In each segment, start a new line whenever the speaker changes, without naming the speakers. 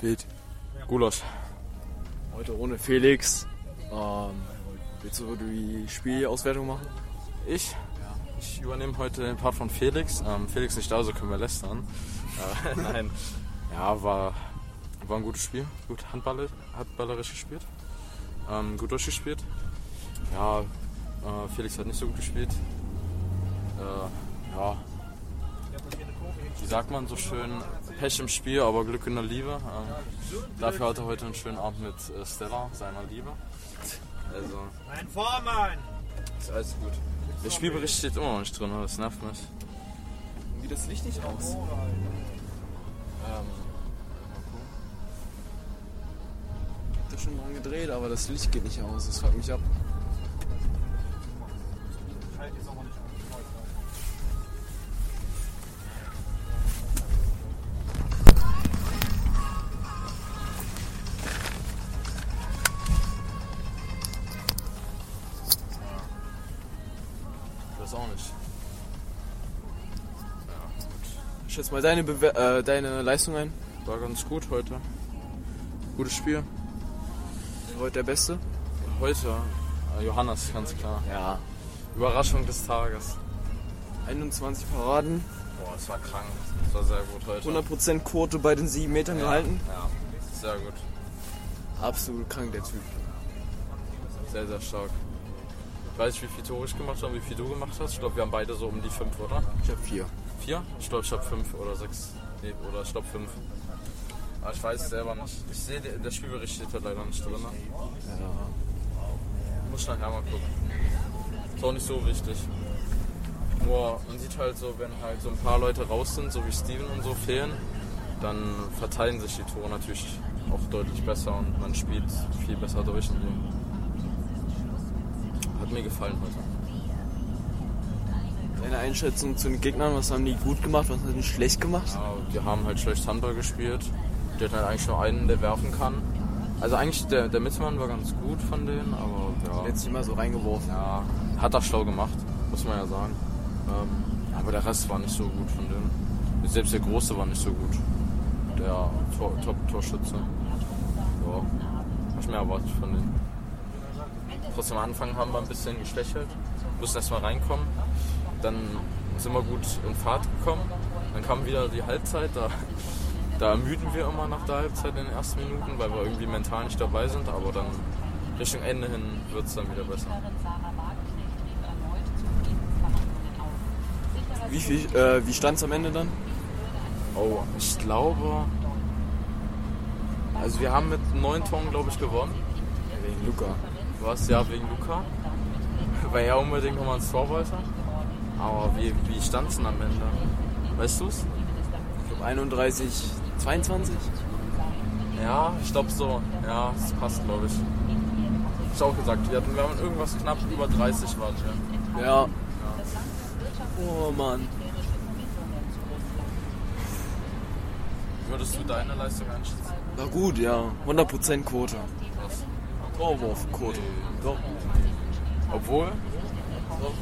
Wild. Gulasch.
Heute ohne Felix. Ähm, willst du die Spielauswertung machen?
Ich? Ich übernehme heute den Part von Felix. Ähm, Felix nicht da, so können wir lästern. Äh, nein. Ja, war, war ein gutes Spiel. Gut handballer, handballerisch gespielt. Ähm, gut durchgespielt. Ja, äh, Felix hat nicht so gut gespielt. Äh, ja. Wie sagt man so schön? Pech im Spiel, aber Glück in der Liebe. Ähm, dafür hatte er heute einen schönen Abend mit äh, Stella, seiner Liebe. Also,
Mein Vormann!
ist alles gut. Der Spielbericht steht immer noch nicht drin, das nervt mich.
Wie das Licht nicht aus?
Ähm,
Ich hab das schon morgen gedreht, aber das Licht geht nicht aus. Das fuckt mich ab.
das auch nicht. Ja, gut.
Schätz mal deine, Bewer äh, deine Leistung ein.
War ganz gut heute. Gutes Spiel.
Heute der Beste?
Heute äh, Johannes, ganz klar.
Ja.
Überraschung des Tages.
21 Paraden,
Boah, es war krank. Es war sehr gut heute.
100% Quote bei den 7 Metern
ja,
gehalten.
Ja, sehr gut.
Absolut krank, der Typ.
Sehr, sehr stark. Ich weiß nicht, wie viel Tore ich gemacht habe, wie viel du gemacht hast. Ich glaube, wir haben beide so um die fünf, oder?
Ich hab 4.
Vier? Ich glaube, ich habe fünf oder sechs. Nee, oder ich glaube fünf. Aber ich weiß es selber nicht. Ich sehe, der der Spielbericht steht halt leider nicht drin. Ne?
Ja.
Muss ich nachher mal gucken. Ist auch nicht so wichtig. Nur man sieht halt so, wenn halt so ein paar Leute raus sind, so wie Steven und so fehlen, dann verteilen sich die Tore natürlich auch deutlich besser und man spielt viel besser durch. Und so. Hat mir gefallen heute.
Deine Einschätzung zu den Gegnern, was haben die gut gemacht, was haben die schlecht gemacht?
Ja, die haben halt schlecht Handball gespielt. Die hatten halt eigentlich nur einen, der werfen kann. Also eigentlich der, der Mittelmann war ganz gut von denen, aber ja.
Letztes Mal so reingeworfen.
Ja, hat er schlau gemacht, muss man ja sagen. Ähm, aber der Rest war nicht so gut von denen. Selbst der Große war nicht so gut. Der Tor- Top-Torschütze. Ja, hab ich mir erwartet von denen. Trotzdem am Anfang haben wir ein bisschen geschwächelt, mussten erstmal reinkommen. Dann sind wir gut in Fahrt gekommen. Dann kam wieder die Halbzeit, da, da ermüden wir immer nach der Halbzeit in den ersten Minuten, weil wir irgendwie mental nicht dabei sind. Aber dann Richtung Ende hin wird es dann wieder besser.
Wie, viel, äh, wie stand's am Ende dann?
Oh, ich glaube. Also wir haben mit neun Toren, glaube ich, gewonnen.
Wegen Luca.
Was ja wegen Luca. War ja unbedingt nochmal ein Tor wollte. Aber wie, wie stand es denn am Ende? Weißt du's?
Ich glaube 31, 22?
Ja, ich glaube so. Ja, es passt, glaube ich. Ich auch gesagt, wir hatten, wir haben irgendwas knapp über 30 war ja.
Ja. Oh Mann.
Würdest du deine Leistung einschätzen?
War gut, ja. 100% Quote.
Was?
Torwurfquote. Doch.
Obwohl?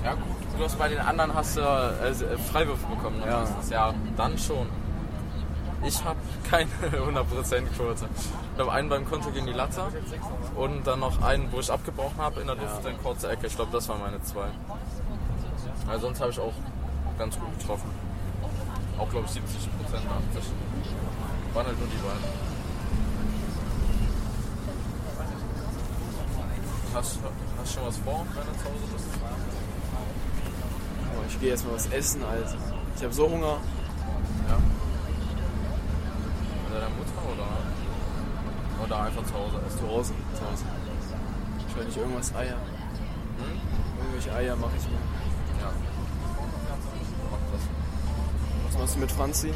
Ja gut, du hast bei den anderen hast du äh, Freiwürfe bekommen. ne?
Ja.
Meistens. ja, dann schon. Ich habe keine 100%-Quote. Ich habe einen beim Konter gegen die Latte und dann noch einen, wo ich abgebrochen habe in der Luft, dann kurze Ecke. Ich glaube, das waren meine zwei. Also sonst habe ich auch ganz gut getroffen. Auch, glaube ich, 70%, 80%. Waren halt nur die beiden. Hast du schon was vor, wenn du zu Hause bist?
Boah, ich gehe erstmal was essen, Alter. Ich habe so Hunger.
Ja. Bei deiner Mutter oder? Oder einfach zu Hause erst.
Zu Hause. Zu Hause. Ich werde nicht irgendwas Eier. Hm? Irgendwelche Eier mache ich mir.
Ja. Mach das.
Was machst du mit Franzi?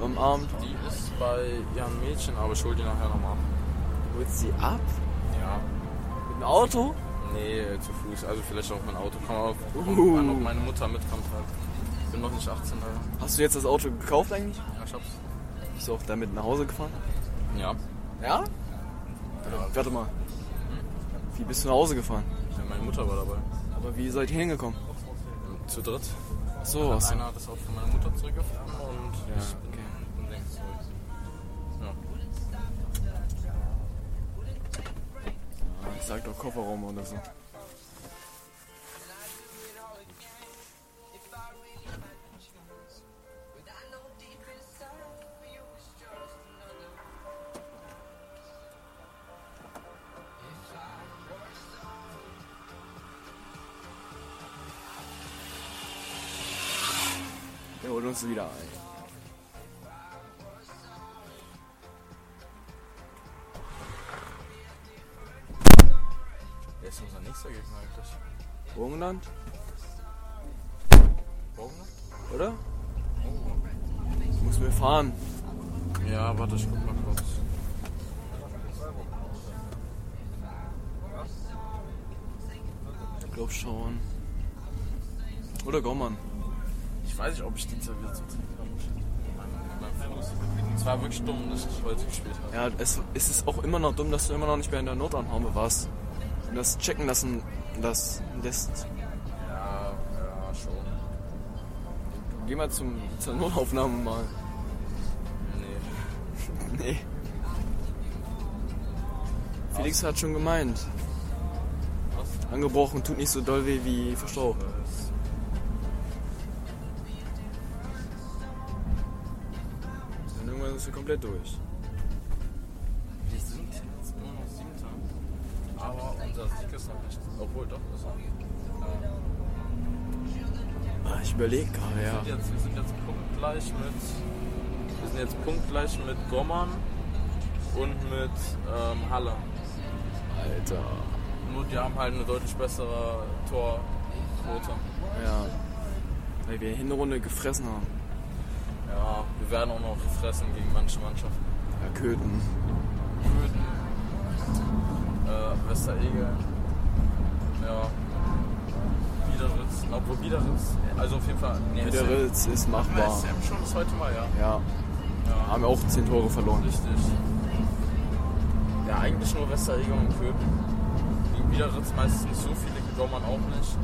Am Abend.
Die ist bei ihrem Mädchen, aber ich hol die nachher nochmal ab.
Holst sie ab?
Ja.
Mit dem Auto?
Nee, zu Fuß. Also vielleicht auch mein Auto. Kann man auch,
Uh.
kann auch meine Mutter mitkommt halt. Ich bin noch nicht 18 leider.
Hast du jetzt das Auto gekauft eigentlich?
Ja, ich hab's.
Bist du auch damit nach Hause gefahren?
Ja.
Ja? Warte, warte mal. Wie bist du nach Hause gefahren?
ja. Meine Mutter war dabei.
Aber wie seid ihr hingekommen?
Zu dritt.
Ach so,
Hat
hast du.
einer hat das auch von meiner Mutter zurückgefahren und
Ja,
ich bin
okay.
mit dem Ding zurück. Ja.
Sag doch Kofferraum oder so. Wir holen uns wieder ein.
Wer ist unser nächster Gegner eigentlich?
Burgenland,
Burgenland?
oder? Muss wir fahren.
Ja, warte, ich guck mal kurz.
Ich glaub schon. Oder Gaumann.
Ich weiß nicht, ob ich die Zeit wieder zum Training habe. Mein Fuß. Es war wirklich dumm, dass ich heute gespielt habe.
Ja, es, es ist auch immer noch dumm, dass du immer noch nicht mehr in der Notanhaume warst. Und das checken lassen, das lässt.
Ja, ja, schon.
Geh mal zum, zur Notaufnahme mal.
Nee.
Nee. Felix hat schon gemeint.
Was?
Angebrochen tut nicht so doll weh wie verstaucht.
Was?
Dann irgendwann ist er komplett durch.
Wir sind jetzt immer noch Siebter. Aber unser Sieg ist noch nicht. Obwohl, doch, ist noch. Äh,
Ah, ich überlege gerade,
wir
ja.
sind jetzt, wir sind jetzt punktgleich mit. Wir sind jetzt punktgleich mit Gommern und mit ähm, Halle.
Alter.
Nur die haben halt eine deutlich bessere Torquote.
Ja. Weil wir Hinrunde gefressen haben.
Ja, wir werden auch noch gefressen gegen manche Mannschaften.
Ja, Köthen.
Köthen, äh, Westeregel, ja, Biederitz, obwohl Biederitz, also auf jeden Fall, nee,
Der
SM,
Ritz ist machbar.
SM schon das zweite Mal, ja.
Ja.
ja.
Haben wir auch 10 Tore verloren.
Richtig. Ja, eigentlich nur Westeregel und Köthen. Gegen Biederitz meistens nicht so viele, gegen Dortmund auch nicht.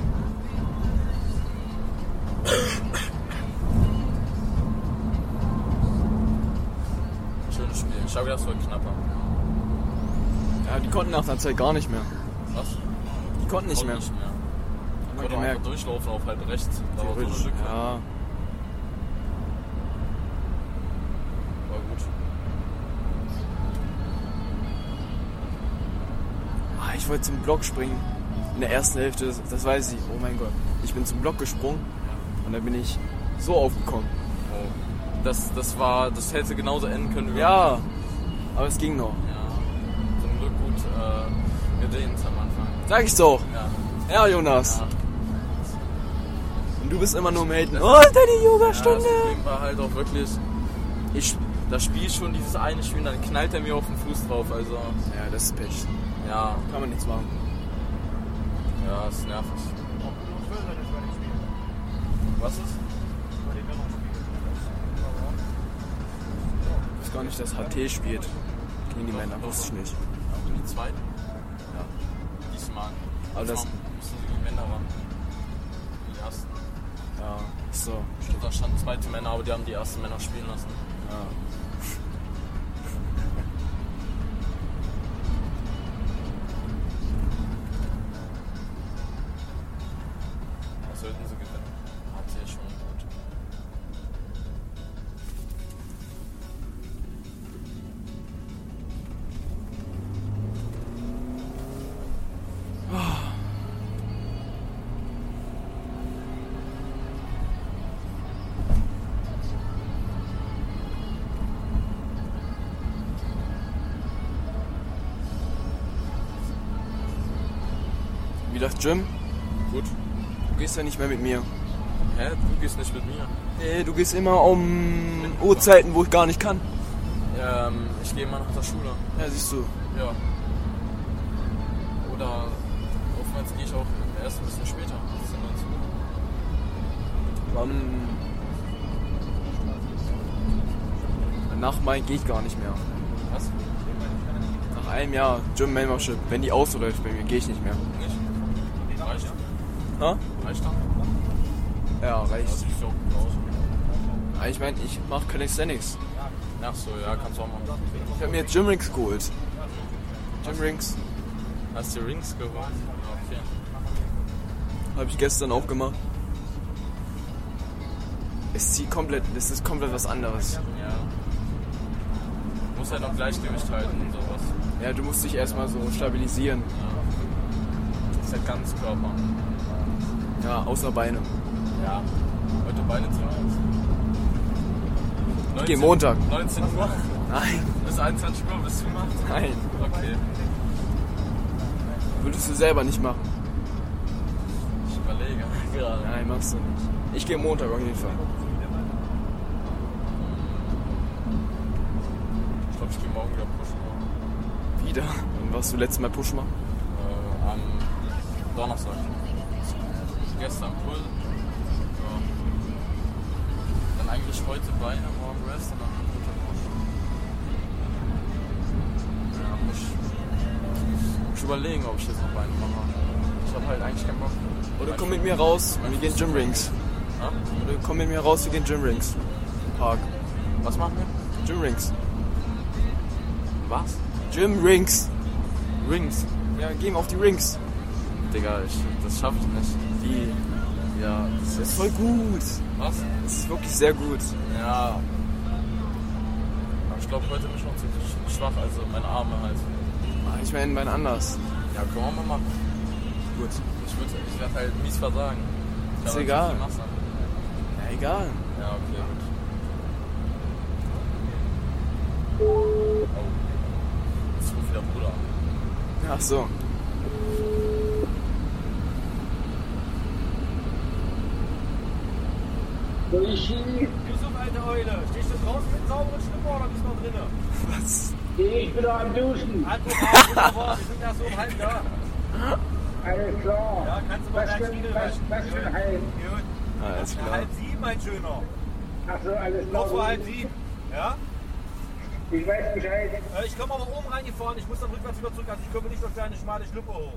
Schönes Spiel. Ich habe gedacht, es wird knapper.
Ja, die konnten nach der Zeit gar nicht mehr.
Was?
Die konnten nicht mehr.
Nicht mehr. Man konnte auch
gemerkt.
einfach durchlaufen auf halb rechts. Da war so eine Lücke.
Ja.
War gut.
Ah, ich wollte zum Block springen. In der ersten Hälfte, das, das weiß ich. Oh mein Gott. Ich bin zum Block gesprungen und da bin ich so aufgekommen.
Oh. Das, das war, das hätte genauso enden können wie
Ja, aber es ging noch.
ja. Zum Glück gut äh, gedehnt am Anfang.
Sag ich's doch.
Ja.
Ja, Jonas.
ja.
Und du bist immer nur am Haten. Oh, deine
Ja, das
Yoga-Stunde.
Problem war halt auch wirklich, ich, das Spiel schon, dieses eine Spiel, und dann knallt er mir auf den Fuß drauf. Also,
Ja, das ist Pech.
ja,
Kann man nichts machen.
ja, ist nervig. Was ist?
Ich weiß gar nicht, dass HT spielt. Gegen die Männer, wusste ich nicht.
Haben die zweiten?
Ja.
Diesmal.
Aber das-
Diesmal müssen sie die Männer ran. Die ersten.
Ja, so.
Stimmt, da standen zweite Männer, aber die haben die ersten Männer spielen lassen.
Ja.
Was sollten sie gewinnen? Hat sie ja schon gut.
Wie das Jim?
Gut.
Du gehst ja nicht mehr mit mir.
Hä? Du gehst nicht mit mir.
Nee, du gehst immer um Uhrzeiten, wo ich gar nicht kann.
Ähm, ich gehe mal nach der Schule.
Ja, siehst du.
Ja. Oder oftmals gehe ich auch erst ein bisschen später. 18, 19 Uhr.
Dann. Nach Mai gehe ich gar nicht mehr.
Was?
Nach einem Jahr Gym Membership, wenn die ausläuft bei mir, gehe ich nicht mehr.
Nicht? Reicht?
Ha?
Reicht dann?
Ja,
Das
reicht.
sieht so gut aus.
Aber Ich meine, ich mache Calisthenics.
Ach so, ja, kannst du auch machen.
Ich habe mir jetzt Gymrings geholt. Gymrings.
Hast du Rings geholt? Okay.
Habe ich gestern auch gemacht. Es zieht komplett, das ist komplett was anderes.
Ja. Muss halt auch Gleichgewicht halten und sowas.
Ja, du musst dich erstmal so stabilisieren.
Ist halt ganz Körper.
Ja, außer Beine.
Ja. Heute Beine trainiert.
Geh Montag.
19 Uhr.
Nein,
Bis 21 Uhr bist du gemacht?
nein.
Okay.
Würdest du selber nicht machen?
Ich überlege gerade.
Nein, machst du nicht. Ich gehe Montag auf jeden Fall.
Ich glaube, ich gehe morgen wieder pushen.
Wieder. Wann warst du letztes Mal Push machen?
Äh, am Donnerstag. Gestern Pull. Ja. Dann eigentlich heute Beine, morgen Rest und dann Montag Push. Ja, muss ich muss überlegen, ob ich jetzt noch Beine mache. Ich habe halt eigentlich keinen Bock.
Oder komm mit mir raus, wir gehen Gym Rings.
Ja?
Oder komm mit mir raus, wir gehen Gym Rings. Park.
Was machen wir?
Gym Rings.
Was?
Gym Rings.
Rings.
Ja, geh mal auf die Rings.
Digga, ich, das schaffe ich nicht.
Die.
Ja, das
Das ist
ist.
voll gut.
Was?
Das ist wirklich sehr gut.
Ja. Aber ich glaube, heute bin ich noch zu sch- schwach, also meine Arme halt.
Ah, Ich meine, mein anders.
Ja, können wir mal machen.
Gut.
Ich, würd- ich werde halt mies versagen. Ich
Ist
hab halt
egal.
zu viel Masse.
Ja, egal.
Ja, okay, gut. Oh. Jetzt ruft wieder Bruder an.
Ach so.
Luigi,
Yusuf, alte Eule, stehst du draußen mit sauberen Schlüpper oder bist du noch drinnen? Halt
Was?
ich bin am Duschen.
Admiral, wunderbar, wir sind ja so um halb da.
Alles klar.
Ja, kannst du mal
was
gleich
für
Spiegel
ein was,
waschen.
was für ein Heil?
Gut,
Alles
ja,
klar.
halb sieben, mein Schöner.
Achso, alles
Noch vor
klar.
halb sieben. Ja?
Ich weiß Bescheid.
Äh, Ich komme aber oben reingefahren, ich muss dann rückwärts wieder zurück, also ich komme nicht durch deine schmale Schluppe hoch.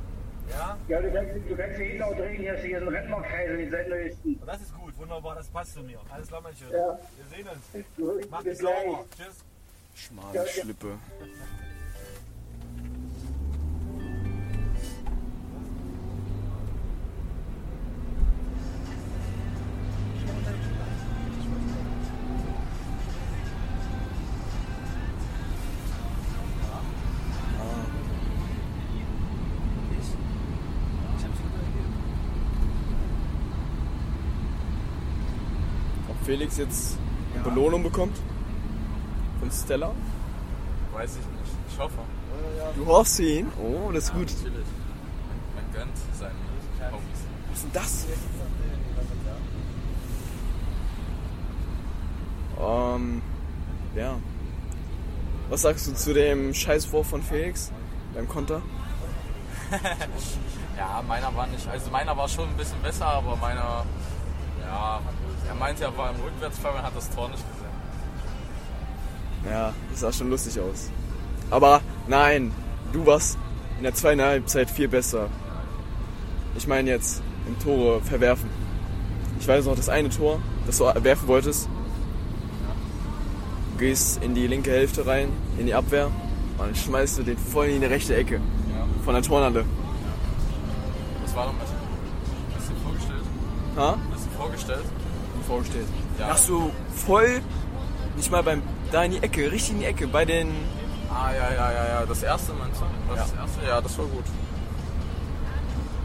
Ja?
Ja, du kannst, du kannst hier hinten auch drehen. Hier ist hier ein Rentnerkreisel in Sandlösten.
Und das ist gut, wunderbar, das passt zu mir. Alles klar, mein Schöner.
Ja.
Wir sehen uns.
Gut,
Mach dich
bis gleich.
sauber. Tschüss.
Schmale Schlippe. Ob Felix jetzt eine Belohnung bekommt? Von Stella?
Weiß ich nicht. Ich hoffe.
Du hoffst ihn? Oh, das ist gut.
Natürlich. Man gönnt seinen Hobbys.
Was ist denn das? Ähm, ja. Was sagst du zu dem Scheißwurf von Felix? Beim Konter?
Ja, meiner war nicht. Also meiner war schon ein bisschen besser, aber meiner. Ja, er meinte, er war im Rückwärtsfall und hat das Tor nicht gesehen.
Ja, das sah schon lustig aus. Aber nein, du warst in der zweiten Halbzeit viel besser. Ich meine jetzt im Tore verwerfen. Ich weiß noch, das eine Tor, das du werfen wolltest. Du gehst in die linke Hälfte rein, in die Abwehr und dann schmeißt du den voll in die rechte Ecke
Ja.
von der Tornalle.
Das war doch mal. Hast du dir vorgestellt?
Ha?
Hast du dir vorgestellt?
Vorgestellt.
Ja.
Hast du voll nicht mal beim da in die Ecke, richtig in die Ecke, bei den
Ah, ja, ja, ja, ja. Das erste meinst du? Das
Ja.
das erste? Ja, das war gut.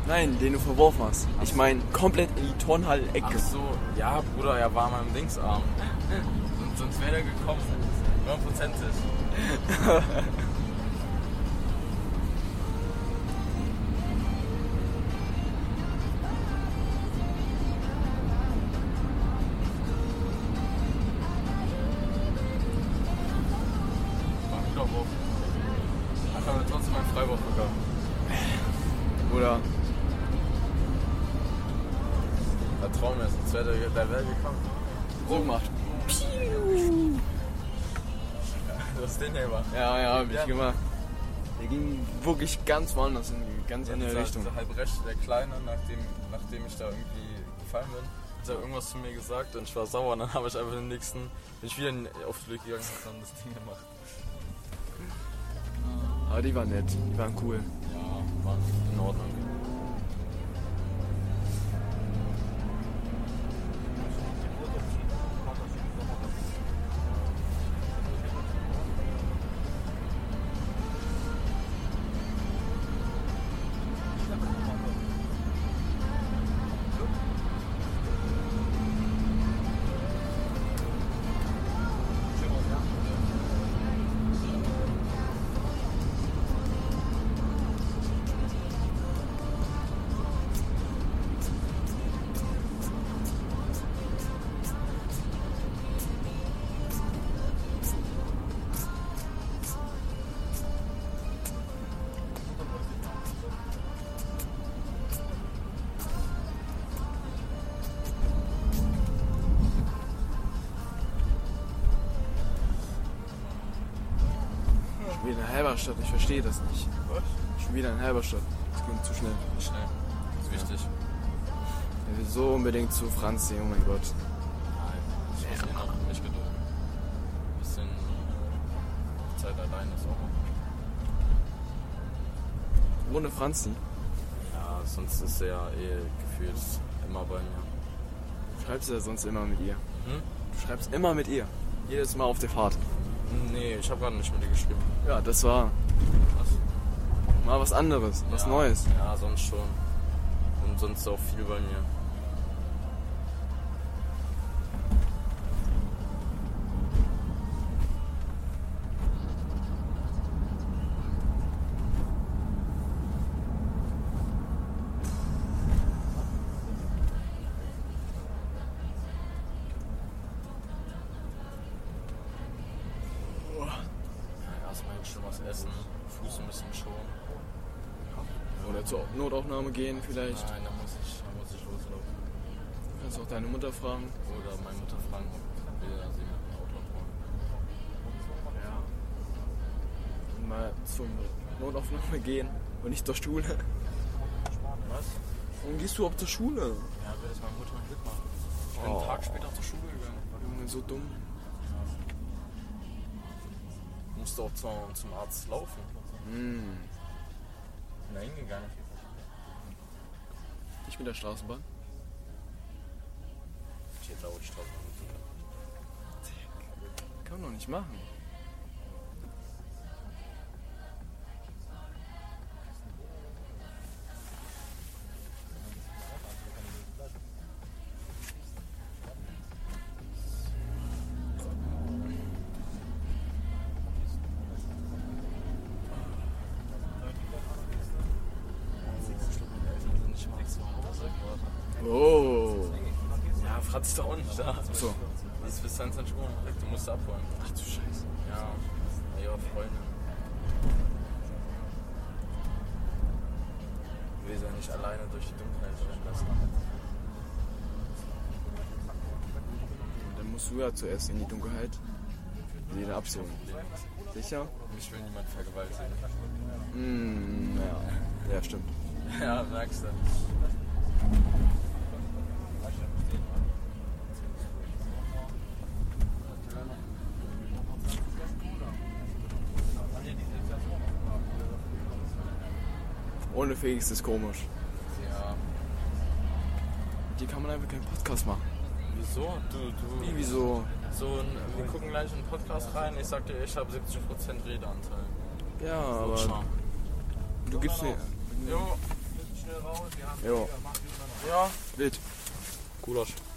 Nein, den du verworfen hast. Ich meine komplett in die
Ach
Tornhallen-Ecke.
so, ja, Bruder, er war mal im Dingsarm. Sonst, sonst wäre er gekommen. 9%. War ein guter Wurf. Hat aber trotzdem einen Freiwurf bekommen.
Oder
Da trauen wir es, sonst wäre der, der wäre gekommen.
so gemacht.
Du hast den ja gemacht.
Ja, ja, hab ich
Ja.
gemacht. Der ging wirklich ganz woanders in ganz
Ja,
andere
dieser-
Richtung.
dieser halb rechts, der Kleine, nachdem, nachdem ich da irgendwie gefallen bin, hat er irgendwas zu mir gesagt und ich war sauer. Und dann habe ich einfach den nächsten, bin ich wieder in- auf die Lücke gegangen und hab dann das Ding gemacht.
Aber die waren nett, die waren cool.
Ja. War in Ordnung.
Schon wieder in Halberstadt, ich verstehe das nicht.
Was?
Schon wieder in Halberstadt. Es ging zu schnell.
Schnell. Ist wichtig.
Er will so unbedingt zu Franzi, oh mein Gott.
Nein. Ich muss ihn auch nicht gedulden. Ein bisschen äh, Zeit allein ist auch mal.
Ohne Franzi.
Ja, sonst ist er ja eh gefühlt immer bei mir.
Du schreibst ja sonst immer mit ihr.
Hm?
Du schreibst immer mit ihr. Jedes Mal auf der Fahrt.
Nee, ich habe gerade nicht mit dir geschrieben.
Ja, das war
Was?
mal was anderes, was
ja,
Neues.
Ja, sonst schon. Und sonst auch viel bei mir. Ja, erstmal jetzt schon was essen, Fuß ein bisschen schonen.
Oder zur Notaufnahme gehen vielleicht.
Nein, da muss ich, da muss ich loslaufen.
Kannst auch deine Mutter fragen.
Oder meine Mutter fragen, ob wir sie mit dem Auto abholen.
Ja. Und mal zur Notaufnahme gehen und nicht zur Schule.
Was?
Warum gehst du überhaupt zur Schule?
Ja, wird das meine Mutter mit Glück machen. Ich bin
Oh.
einen Tag später zur Schule gegangen.
Junge, so dumm.
Musste auch zum, zum Arzt laufen.
Hm.
Bin da hingegangen.
Nicht mit der Straßenbahn?
Ich hätte auch die Straße
Kann man doch nicht machen.
nicht mal zu Hause geworden.
Oh.
Ja, Fratz ist auch nicht da.
So.
Die ist bis 22 Uhr. Du musst sie abholen.
Ach du Scheiße.
Ja, bei ihrer Freundin. Ich will sie ja nicht alleine durch die Dunkelheit rennen lassen.
Dann musst du ja zuerst in die Dunkelheit. Jeder absehen. Sicher?
Mich will niemand vergewaltigen.
Hm, ja. Ja, stimmt.
Ja, merkst du.
Ohne Felix ist komisch.
Ja.
Mit dir kann man einfach keinen Podcast machen.
Wieso? Du, du.
Wie, wieso?
So, ein- wir gucken gleich in den Podcast rein. Ich sag dir, ich habe 70% Redeanteil.
Ja, aber
Schau.
du gibst mir.
Jo,
Schnell raus, wir haben
Jo,
ja.
wild.
Gulasch.